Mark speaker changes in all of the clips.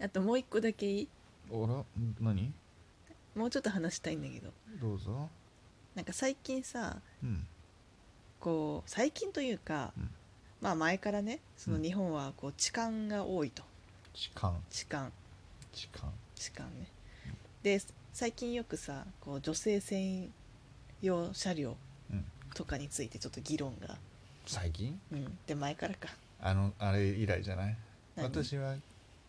Speaker 1: あともう一個だけいい
Speaker 2: あら何
Speaker 1: もうちょっと話したいんだけど
Speaker 2: どうぞ
Speaker 1: なんか最近さ
Speaker 2: うん
Speaker 1: こう最近というか、
Speaker 2: うん
Speaker 1: まあ前からねその
Speaker 2: うん
Speaker 1: 日本はこう痴漢が多いと
Speaker 2: 痴漢
Speaker 1: 痴漢
Speaker 2: 痴漢
Speaker 1: 痴漢ねで最近よくさこう女性専用車両
Speaker 2: うん
Speaker 1: とかについてちょっと議論が、
Speaker 2: 最近
Speaker 1: うん、で前からか
Speaker 2: あのあれ以来じゃない
Speaker 1: 何
Speaker 2: 私は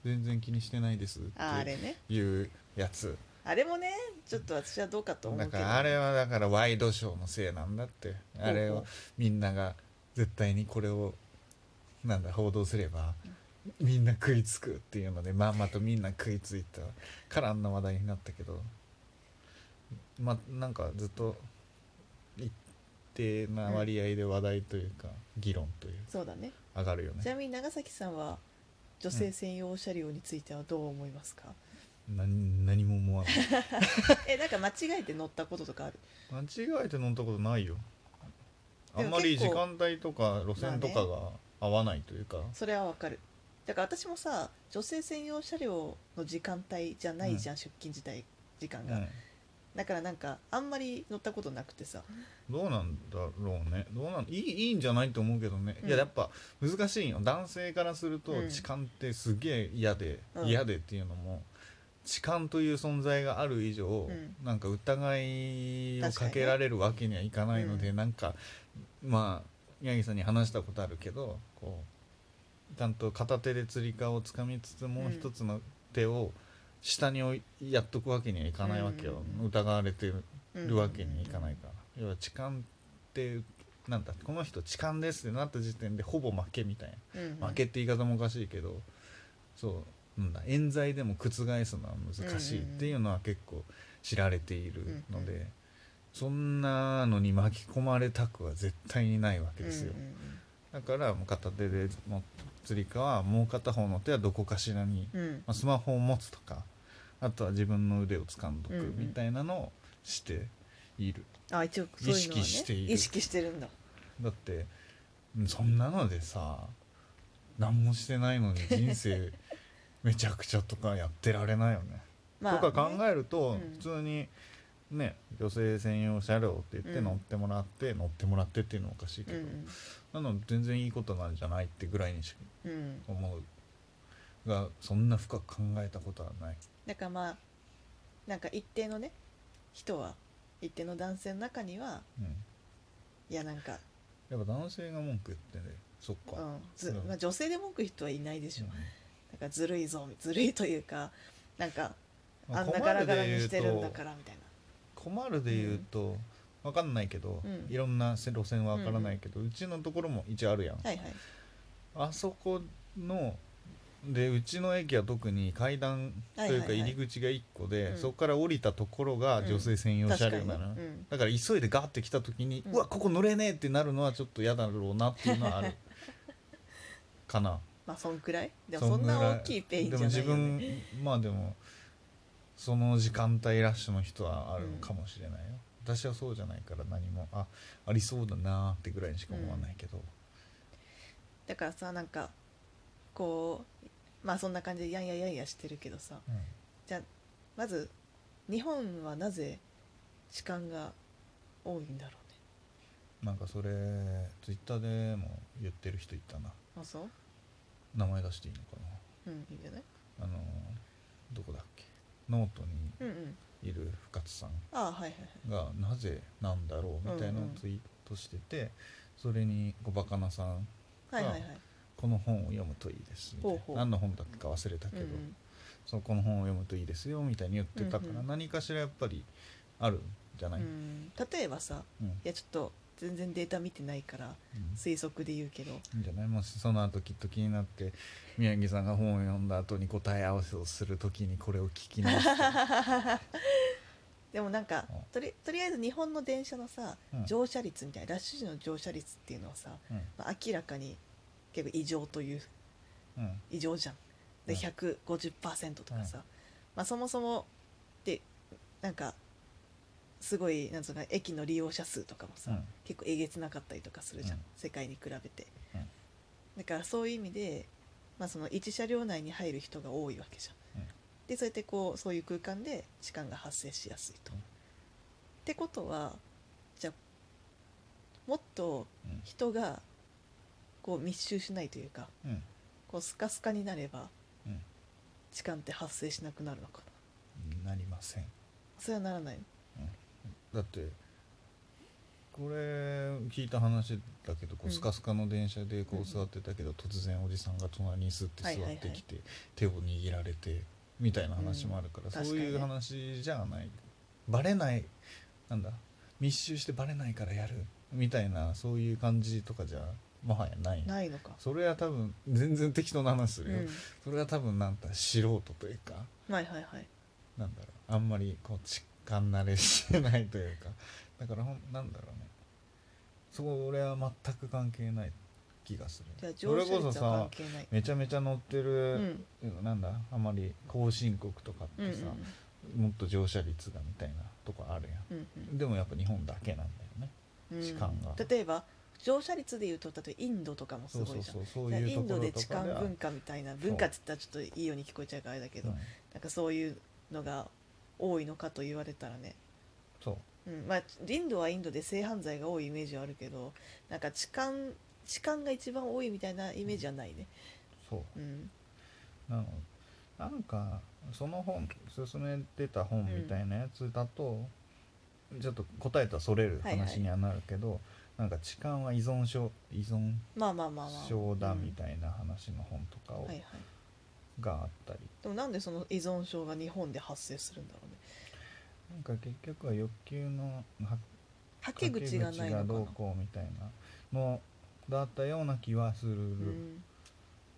Speaker 2: 全然気にしてないですっ
Speaker 1: ああれ
Speaker 2: て
Speaker 1: ね
Speaker 2: いうやつ
Speaker 1: あれもねちょっと私はどうかと思うけ
Speaker 2: だ
Speaker 1: ど
Speaker 2: からあれはだからワイドショーのせいなんだってあれ
Speaker 1: ほう
Speaker 2: を
Speaker 1: ほ
Speaker 2: みんなが絶対にこれをなんだ報道すればみんな食いつくっていうのでまんまとみんな食いついたからあんな話題になったけどまあなんかずっと一定な割合で話題というか議論という
Speaker 1: そうだね
Speaker 2: 上がるよ
Speaker 1: ち
Speaker 2: ね
Speaker 1: なみに長崎さんは女性専用車両についてはどう思いますか、
Speaker 2: 何何も思わない
Speaker 1: えなんか間違えて乗ったこととかある
Speaker 2: 間違えて飲んだことないよあ
Speaker 1: で
Speaker 2: ん
Speaker 1: も
Speaker 2: まり
Speaker 1: 結
Speaker 2: 時
Speaker 1: 構
Speaker 2: 間帯とか路線とかが合わないというか、
Speaker 1: それはわかるだから私もさ女性専用車両の時間帯じゃないじゃん、出勤時代時間が、だからなんかあんまり乗ったことなくてさ
Speaker 2: どうなんだろうねどうなんいいいいんじゃないと思うけどね、
Speaker 1: うん
Speaker 2: いややっぱ難しいよ男性からすると
Speaker 1: うん
Speaker 2: 痴漢ってすげえ嫌で、
Speaker 1: うん
Speaker 2: 嫌でっていうのも痴漢という存在がある以上、
Speaker 1: ん
Speaker 2: なんか疑いを
Speaker 1: 確か
Speaker 2: か
Speaker 1: にね
Speaker 2: けられるわけにはいかないので、
Speaker 1: う
Speaker 2: なんかまあ八木さんに話したことあるけどこうちゃんと片手でつり革をつかみつつもう一つの手を下に置いやっとくわけにはいかないわけよ、
Speaker 1: うんうんうん
Speaker 2: 疑われてる
Speaker 1: うん
Speaker 2: るわけにいかないから、要は痴漢ってなんだこの人痴漢ですってなった時点でほぼ負けみたい
Speaker 1: うんうん
Speaker 2: な負けって言い方もおかしいけどそうなんだ冤罪でも覆すのは難しいっていうのは結構知られているので、
Speaker 1: うんう
Speaker 2: そんなのに巻き込まれたくは絶対にないわけですよ、
Speaker 1: うんうん
Speaker 2: だからもう片手でもつり革はもう片方の手はどこかしらに
Speaker 1: うんうん
Speaker 2: まあ、スマホを持つとかあとは自分の腕を掴んど
Speaker 1: うんう
Speaker 2: く
Speaker 1: ん
Speaker 2: みたいなのをしている、
Speaker 1: あ一応そういうのはね
Speaker 2: 意識している
Speaker 1: 意識してるんだ
Speaker 2: だってうんそんなのでさ何もしてない のに人生めちゃくちゃとかやってられないよね。
Speaker 1: まあね
Speaker 2: とか考えると、
Speaker 1: うん
Speaker 2: 普通にね女性専用車両って言って
Speaker 1: うん
Speaker 2: 乗ってもらって、乗ってもらってっていうのはおかしいけど、なの全然いいことなんじゃないってぐらいにしか
Speaker 1: うんうん、うん、
Speaker 2: 思うがそんな深く考えたことはない。
Speaker 1: だからまあなんか一定のね人は一定の男性の中には
Speaker 2: うん
Speaker 1: いやなんか、
Speaker 2: やっぱ男性が文句言ってねそっ
Speaker 1: う
Speaker 2: か、
Speaker 1: んず
Speaker 2: うん
Speaker 1: まあ、女性で文句言う人はいないでしょなんかずるいぞずるいというかなんかあんなガラガラにしてるんだからみたいな
Speaker 2: 困るで言うと、わかんないけど、
Speaker 1: うん
Speaker 2: いろんな路線はわからないけど、うちのところも一応あるやん、
Speaker 1: はいはい
Speaker 2: あそこのでうちの駅は特に階段という
Speaker 1: はい
Speaker 2: か
Speaker 1: はいは
Speaker 2: 入
Speaker 1: い
Speaker 2: り口が1個で、
Speaker 1: うん
Speaker 2: そこから降りたところが女性専用車
Speaker 1: 確か
Speaker 2: 両
Speaker 1: にね
Speaker 2: なの、
Speaker 1: うん
Speaker 2: だから急いでガーって来た時に、
Speaker 1: う
Speaker 2: うんわここ乗れねえってなるのはちょっと嫌だろうなっていうの はあるかな
Speaker 1: まあそんくらいでも
Speaker 2: そ
Speaker 1: そ
Speaker 2: ん
Speaker 1: ん
Speaker 2: ぐらい
Speaker 1: な大きいペインじゃない
Speaker 2: で
Speaker 1: よ
Speaker 2: も
Speaker 1: ね
Speaker 2: 自分まあでもその時間帯ラッシュの人はあるのかもしれないよ、私はそうじゃないから何もあありそうだなーってぐらいにしか思わないけど、
Speaker 1: だからさなんかこうまあそんな感じでやんややんやしてるけどさ
Speaker 2: うん
Speaker 1: じゃあまず日本はなぜ痴漢が多いんだろうね
Speaker 2: なんかそれツイッターでも言ってる人いたな
Speaker 1: あそう
Speaker 2: 名前出していいのか
Speaker 1: うんいいんじゃない
Speaker 2: なあのーどこだっけノート
Speaker 1: うんうん
Speaker 2: にいる深津さん
Speaker 1: ああはいはいはい
Speaker 2: がなぜなんだろうみたいなのをツイートしてて、それに小バカなさん
Speaker 1: はいはいはい
Speaker 2: この本を読むといいですみたい
Speaker 1: ほ
Speaker 2: な
Speaker 1: うほう
Speaker 2: 何の本だっけか忘れたけ
Speaker 1: うん
Speaker 2: ど、
Speaker 1: うん
Speaker 2: そうこの本を読むといいですよみたいに言ってたから、
Speaker 1: うんうん
Speaker 2: 何かしらやっぱりあるんじゃない、
Speaker 1: うん例えばさ
Speaker 2: うん
Speaker 1: いやちょっと全然データ見てないから
Speaker 2: うん
Speaker 1: 推測で言うけど
Speaker 2: いいんじゃないもしその後きっと気になって宮城さんが本を読んだ後に答え合わせをする時にこれを聞き直して
Speaker 1: でもなんか
Speaker 2: うん
Speaker 1: とりとりあえず日本の電車のさ
Speaker 2: うん
Speaker 1: 乗車率みたいなラッシュ時の乗車率っていうのはさ、
Speaker 2: うん
Speaker 1: まあ、明らかに結構異常という
Speaker 2: うん
Speaker 1: 異常じゃんで
Speaker 2: うん
Speaker 1: 150%とかさ、まあ、そもそもでなんかすごいなんつうのか駅の利用者数とかもさ、
Speaker 2: うん
Speaker 1: 結構えげつなかったりとかするじゃん、
Speaker 2: うん
Speaker 1: 世界に比べて、
Speaker 2: うん
Speaker 1: だからそういう意味で、まあ、その1車両内に入る人が多いわけじゃんでそうやってこうそういう空間で痴漢が発生しやすいと。
Speaker 2: うん
Speaker 1: ってことはじゃあもっと
Speaker 2: うん
Speaker 1: 人がこう密集しないというか
Speaker 2: うん
Speaker 1: こうスカスカになれば
Speaker 2: うん
Speaker 1: 痴漢って発生しなくなるのかな
Speaker 2: なりません
Speaker 1: それはならないの
Speaker 2: だってこれ聞いた話だけどこ
Speaker 1: う
Speaker 2: うんスカスカの電車でこ
Speaker 1: うん
Speaker 2: う座ってたけど、突然おじさんが隣にスって座
Speaker 1: はいはい
Speaker 2: っ
Speaker 1: はい
Speaker 2: てきて、手を握られてみたいな話もあるから、
Speaker 1: うん
Speaker 2: そういう
Speaker 1: 確か
Speaker 2: 話じゃない、バレないなんだ密集してバレないからやるみたいなそういう感じとかじゃもはやない
Speaker 1: ないのか、
Speaker 2: それは多分全然適当な話す
Speaker 1: う
Speaker 2: るよ、
Speaker 1: ん、
Speaker 2: それは多分なんか素人というか
Speaker 1: はいはいはい
Speaker 2: なんだろうあんまりこう実感慣れしてないというかだからほんなんだろうねそこ俺は全く関係ない気がす
Speaker 1: じゃあ
Speaker 2: る
Speaker 1: 乗
Speaker 2: それ
Speaker 1: 車
Speaker 2: こそ
Speaker 1: 率は関
Speaker 2: さ
Speaker 1: 係ない
Speaker 2: めちゃめちゃ乗って
Speaker 1: う
Speaker 2: る、
Speaker 1: ん
Speaker 2: なんだあんまり後進国とかっ
Speaker 1: うんうん
Speaker 2: てさ、もっと乗車率がみたいなとこあるや
Speaker 1: うんうん
Speaker 2: んでもやっぱ日本だけなんだよね
Speaker 1: うん
Speaker 2: 痴漢が
Speaker 1: 例えば乗車率でいうと例えばインドとかもす
Speaker 2: そう
Speaker 1: ごい
Speaker 2: そ
Speaker 1: うじゃん
Speaker 2: そうそういう
Speaker 1: イ
Speaker 2: と
Speaker 1: ン
Speaker 2: こ
Speaker 1: ド
Speaker 2: ろ
Speaker 1: で
Speaker 2: と
Speaker 1: 痴
Speaker 2: か
Speaker 1: 漢
Speaker 2: では
Speaker 1: 文化みたいな文化って言ったらちょっといいように聞こえちゃうからあれだけど、
Speaker 2: うん
Speaker 1: なんかそういうのが多いのかと言われたらね、
Speaker 2: そう
Speaker 1: うんまあ、インドはインドで性犯罪が多いイメージはあるけどなんか痴漢痴漢が一番多いみたいなイメージはないね。
Speaker 2: そ
Speaker 1: う
Speaker 2: う
Speaker 1: ん
Speaker 2: なのなんかその本勧めてた本みたいなやつだと、ちょっと答えとはそれる
Speaker 1: はいはい
Speaker 2: 話にはなるけど、なんか痴漢は依存症依存
Speaker 1: まあまあまあまあ。
Speaker 2: 症だみ
Speaker 1: い
Speaker 2: たいな話の本とかを、
Speaker 1: はいはい。
Speaker 2: があったり
Speaker 1: でもなんでその依存症が日本で発生するんだろうね。
Speaker 2: なんか結局は欲求のは
Speaker 1: はけ口がないの
Speaker 2: はけ
Speaker 1: か
Speaker 2: ど
Speaker 1: な
Speaker 2: う。こうみたいなのだったような気はする、
Speaker 1: うん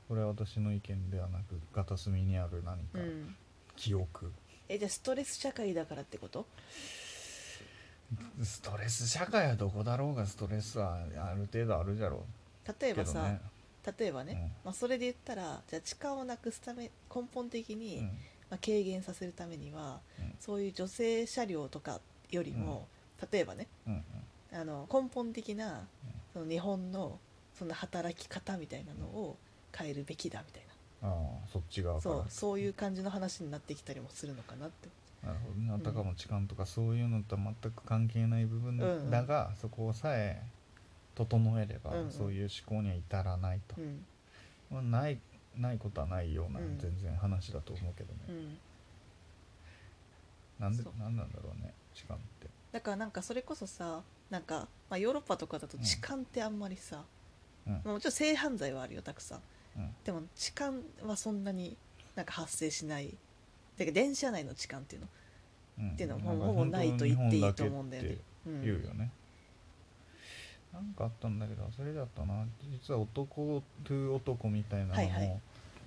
Speaker 2: これは私の意見ではなく片隅にある何
Speaker 1: う
Speaker 2: か
Speaker 1: ん、
Speaker 2: 記憶、
Speaker 1: えじゃあストレス社会だからってこと
Speaker 2: ストレス社会はどこだろうがストレスはある程度あるじゃろ
Speaker 1: 例
Speaker 2: う
Speaker 1: え
Speaker 2: け
Speaker 1: ば
Speaker 2: ど
Speaker 1: さ、
Speaker 2: ね。
Speaker 1: 例えばね、
Speaker 2: うん
Speaker 1: まあ、それで言ったらじゃあ痴漢をなくすため根本的に、
Speaker 2: うん
Speaker 1: まあ、軽減させるためには、
Speaker 2: うん
Speaker 1: そういう女性車両とかよりも、例えばね
Speaker 2: うんうん
Speaker 1: あの根本的な
Speaker 2: うん
Speaker 1: その日本のその働き方みたいなのを変えるべきだみたい
Speaker 2: ああそっち側
Speaker 1: な
Speaker 2: から
Speaker 1: そうそういう感じの話になってきたりもするのかなって
Speaker 2: なるほどねあたかも痴漢とかそういうのとは全く関係ない部
Speaker 1: うんう
Speaker 2: 分
Speaker 1: ん
Speaker 2: だが、そこさえ整えれば、
Speaker 1: うんうん
Speaker 2: そういう思考には至らないと
Speaker 1: う、ん
Speaker 2: まあ、ないないことはないような、
Speaker 1: うん
Speaker 2: 全然話だと思うけど
Speaker 1: う
Speaker 2: ね、
Speaker 1: ん
Speaker 2: なんで
Speaker 1: そう
Speaker 2: なんなんだろうね痴漢って
Speaker 1: だからなんかそれこそさなんか、まあ、ヨーロッパとかだと
Speaker 2: うん
Speaker 1: 痴漢ってあんまりさ、
Speaker 2: うん
Speaker 1: まあもちろん性犯罪はあるよたくさん
Speaker 2: うん
Speaker 1: でも痴漢はそんなになんか発生しないてか電車内の痴漢っていうの
Speaker 2: うん
Speaker 1: っていうのは
Speaker 2: んか
Speaker 1: ほぼないと言っていいと思うんだよ
Speaker 2: 日本だけっ
Speaker 1: ね
Speaker 2: て。
Speaker 1: うん
Speaker 2: 言うよね、なんかあったんだけど忘れちゃったな実は男と男みたいなの
Speaker 1: はいはい
Speaker 2: も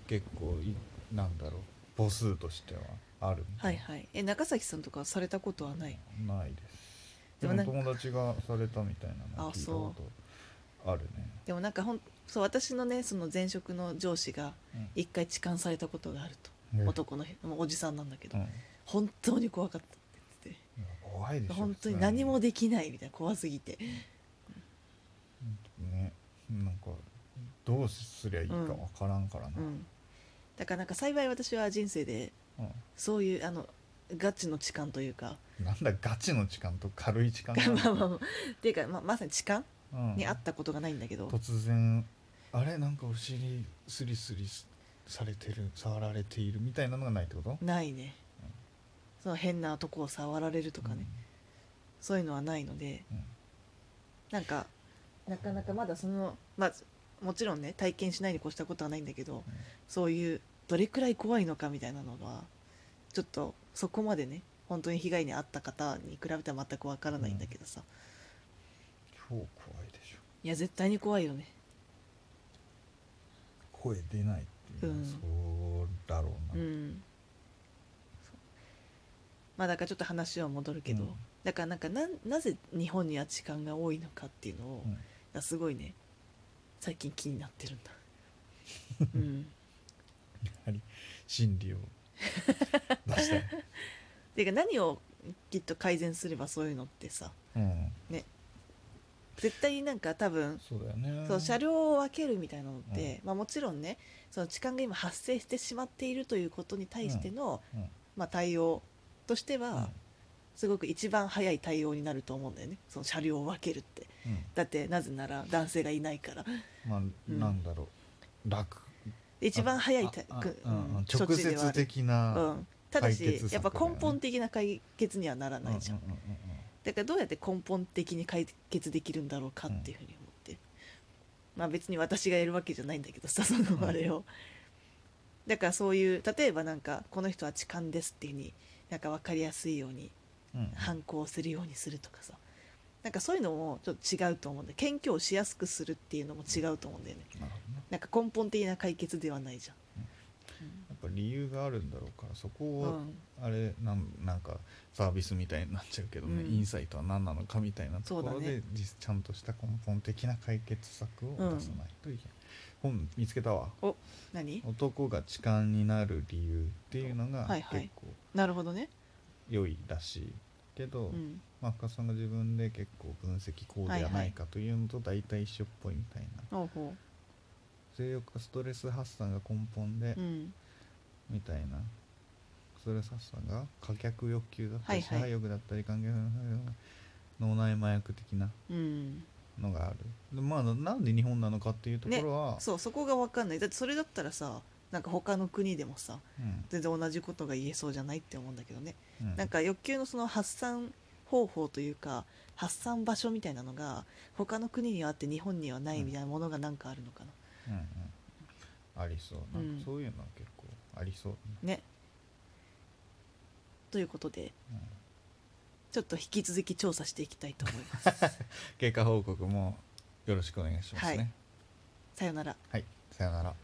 Speaker 2: 結構いなんだろう母数としてはあるみた
Speaker 1: はいはい。え中崎さんとかされたことはない。
Speaker 2: ないです
Speaker 1: で
Speaker 2: で
Speaker 1: も
Speaker 2: も
Speaker 1: なんか
Speaker 2: 友達がされたみたいなの
Speaker 1: あ
Speaker 2: 聞いたことあるね
Speaker 1: でもなんかほんそう私のねその前職の上司が一回痴漢されたことがあると。
Speaker 2: ね
Speaker 1: 男のもうおじさんなんだけど、
Speaker 2: うんい
Speaker 1: 本当に怖かったって言って
Speaker 2: や怖いでしてょ
Speaker 1: 本当に
Speaker 2: 普通
Speaker 1: 何もできないみたいな怖すぎて
Speaker 2: ねなんかどうすりゃいいかわからんからな、
Speaker 1: う
Speaker 2: うん
Speaker 1: んだからなんか幸い私は人生でそういうあのガチの痴漢というか
Speaker 2: なんだガチの痴漢と軽い痴 漢
Speaker 1: まあまあ
Speaker 2: あ
Speaker 1: まあっていうか、まあ、まさに痴漢
Speaker 2: うん
Speaker 1: にあったことがないんだけど、
Speaker 2: 突然あれなんかお尻スリスリされてる触られているみたいなのがないってこと
Speaker 1: ないね
Speaker 2: うん
Speaker 1: その変なとこを触られるとかね、そういうのはないので
Speaker 2: うん
Speaker 1: なんかなかなかまだそのまあもちろんね体験しないに越したことはないんだけど、そういうどれくらい怖いのかみたいなのはちょっとそこまでね本当に被害に遭った方に比べたら全くわからないんだけどさ、
Speaker 2: 超怖いでしょ
Speaker 1: いや絶対に怖いよね
Speaker 2: 声出ないっていうのは
Speaker 1: うん
Speaker 2: そうだろ
Speaker 1: う
Speaker 2: うな、
Speaker 1: んそうまあだからちょっと話は戻るけど、
Speaker 2: うん
Speaker 1: だからなんかななぜ日本には痴漢が多いのかっていうのを、
Speaker 2: うん
Speaker 1: がすごいね最近気になってるんだ うん
Speaker 2: やはり心理を出したい、
Speaker 1: てか何をきっと改善すればそういうのってさ
Speaker 2: うん、
Speaker 1: 絶対になんか多分
Speaker 2: そうだよね
Speaker 1: そう車両を分けるみたいなのって、まあ、もちろんねその痴漢が今発生してしまっているということに対しての、
Speaker 2: うんうん
Speaker 1: まあ、対応としては、
Speaker 2: うん
Speaker 1: すごく一番早い対応になると思うんだよねその車両を分けるって
Speaker 2: うん
Speaker 1: だってなぜなら男性がいないから
Speaker 2: まあ、なんだろう楽
Speaker 1: 一番早い
Speaker 2: あ
Speaker 1: 対
Speaker 2: あ
Speaker 1: く
Speaker 2: う
Speaker 1: うんん
Speaker 2: うん
Speaker 1: 処
Speaker 2: 直
Speaker 1: 置ではあ
Speaker 2: 接
Speaker 1: る
Speaker 2: 的
Speaker 1: う、
Speaker 2: なん
Speaker 1: ただ
Speaker 2: 解決
Speaker 1: し
Speaker 2: 策
Speaker 1: やっぱ根
Speaker 2: だよね
Speaker 1: 本的な解決にはならないじゃん
Speaker 2: うんうんうんうん
Speaker 1: だからどうやって根本的に解決できるんだろうかっていうふうに思ってる、まあ別に私がやるわけじゃないんだけどさそのあれを、だからそういう例えばなんかこの人は痴漢ですっていうふうになんか分かりやすいように
Speaker 2: うんうん
Speaker 1: 反抗するようにするとかさなんかそういうのもちょっと違うと思うんで謙虚をしやすくするっていうのも違うと思うんだよね
Speaker 2: なるほどね
Speaker 1: なんか根本的な解決ではないじゃん
Speaker 2: やっぱ理由があるんだろうからそこ
Speaker 1: う
Speaker 2: を
Speaker 1: ん、
Speaker 2: あれなんなんかサービスみたいになっちゃうけどね、
Speaker 1: うん
Speaker 2: インサイトは何なのかみたいなとこ
Speaker 1: そ
Speaker 2: ろ
Speaker 1: うだ
Speaker 2: で、
Speaker 1: ね
Speaker 2: 実ちゃんとした根本的な解決策を出さないといけない、本見つけたわ
Speaker 1: 何
Speaker 2: 男が痴漢になる理由っていうのが
Speaker 1: はいはい
Speaker 2: 結構
Speaker 1: なるほどね、
Speaker 2: 良いらしいけど、
Speaker 1: うん、
Speaker 2: まあ、深さんが自分で結構分析こうではないかというのと大体一緒っぽいみたいな、
Speaker 1: ほうほ
Speaker 2: 性欲かストレス発散が根本で、
Speaker 1: う、うん、
Speaker 2: みたいなストレス発散が可逆欲求だった
Speaker 1: はい
Speaker 2: り、
Speaker 1: はい
Speaker 2: 支配欲だったり関係脳内麻薬的な
Speaker 1: うん、
Speaker 2: のがあるでまあなんで日本なのかっていうところは、
Speaker 1: そうそこが分かんないだってそれだったらさなんか他の国でもさ
Speaker 2: うん
Speaker 1: 全然同じことが言えそうじゃないって思うんだけどね、
Speaker 2: うん
Speaker 1: なんか欲求のその発散方法というか発散場所みたいなのが他の国にはあって日本にはないみたいなものがなんかあるのかな、
Speaker 2: うんうんありそうな
Speaker 1: うん
Speaker 2: んかそういうのは結構ありそう、
Speaker 1: ねということで
Speaker 2: うん
Speaker 1: ちょっと引き続き調査していきたいと思い ます
Speaker 2: 経過報告もよろしくお願いしますね
Speaker 1: さよなら
Speaker 2: はい、さよなら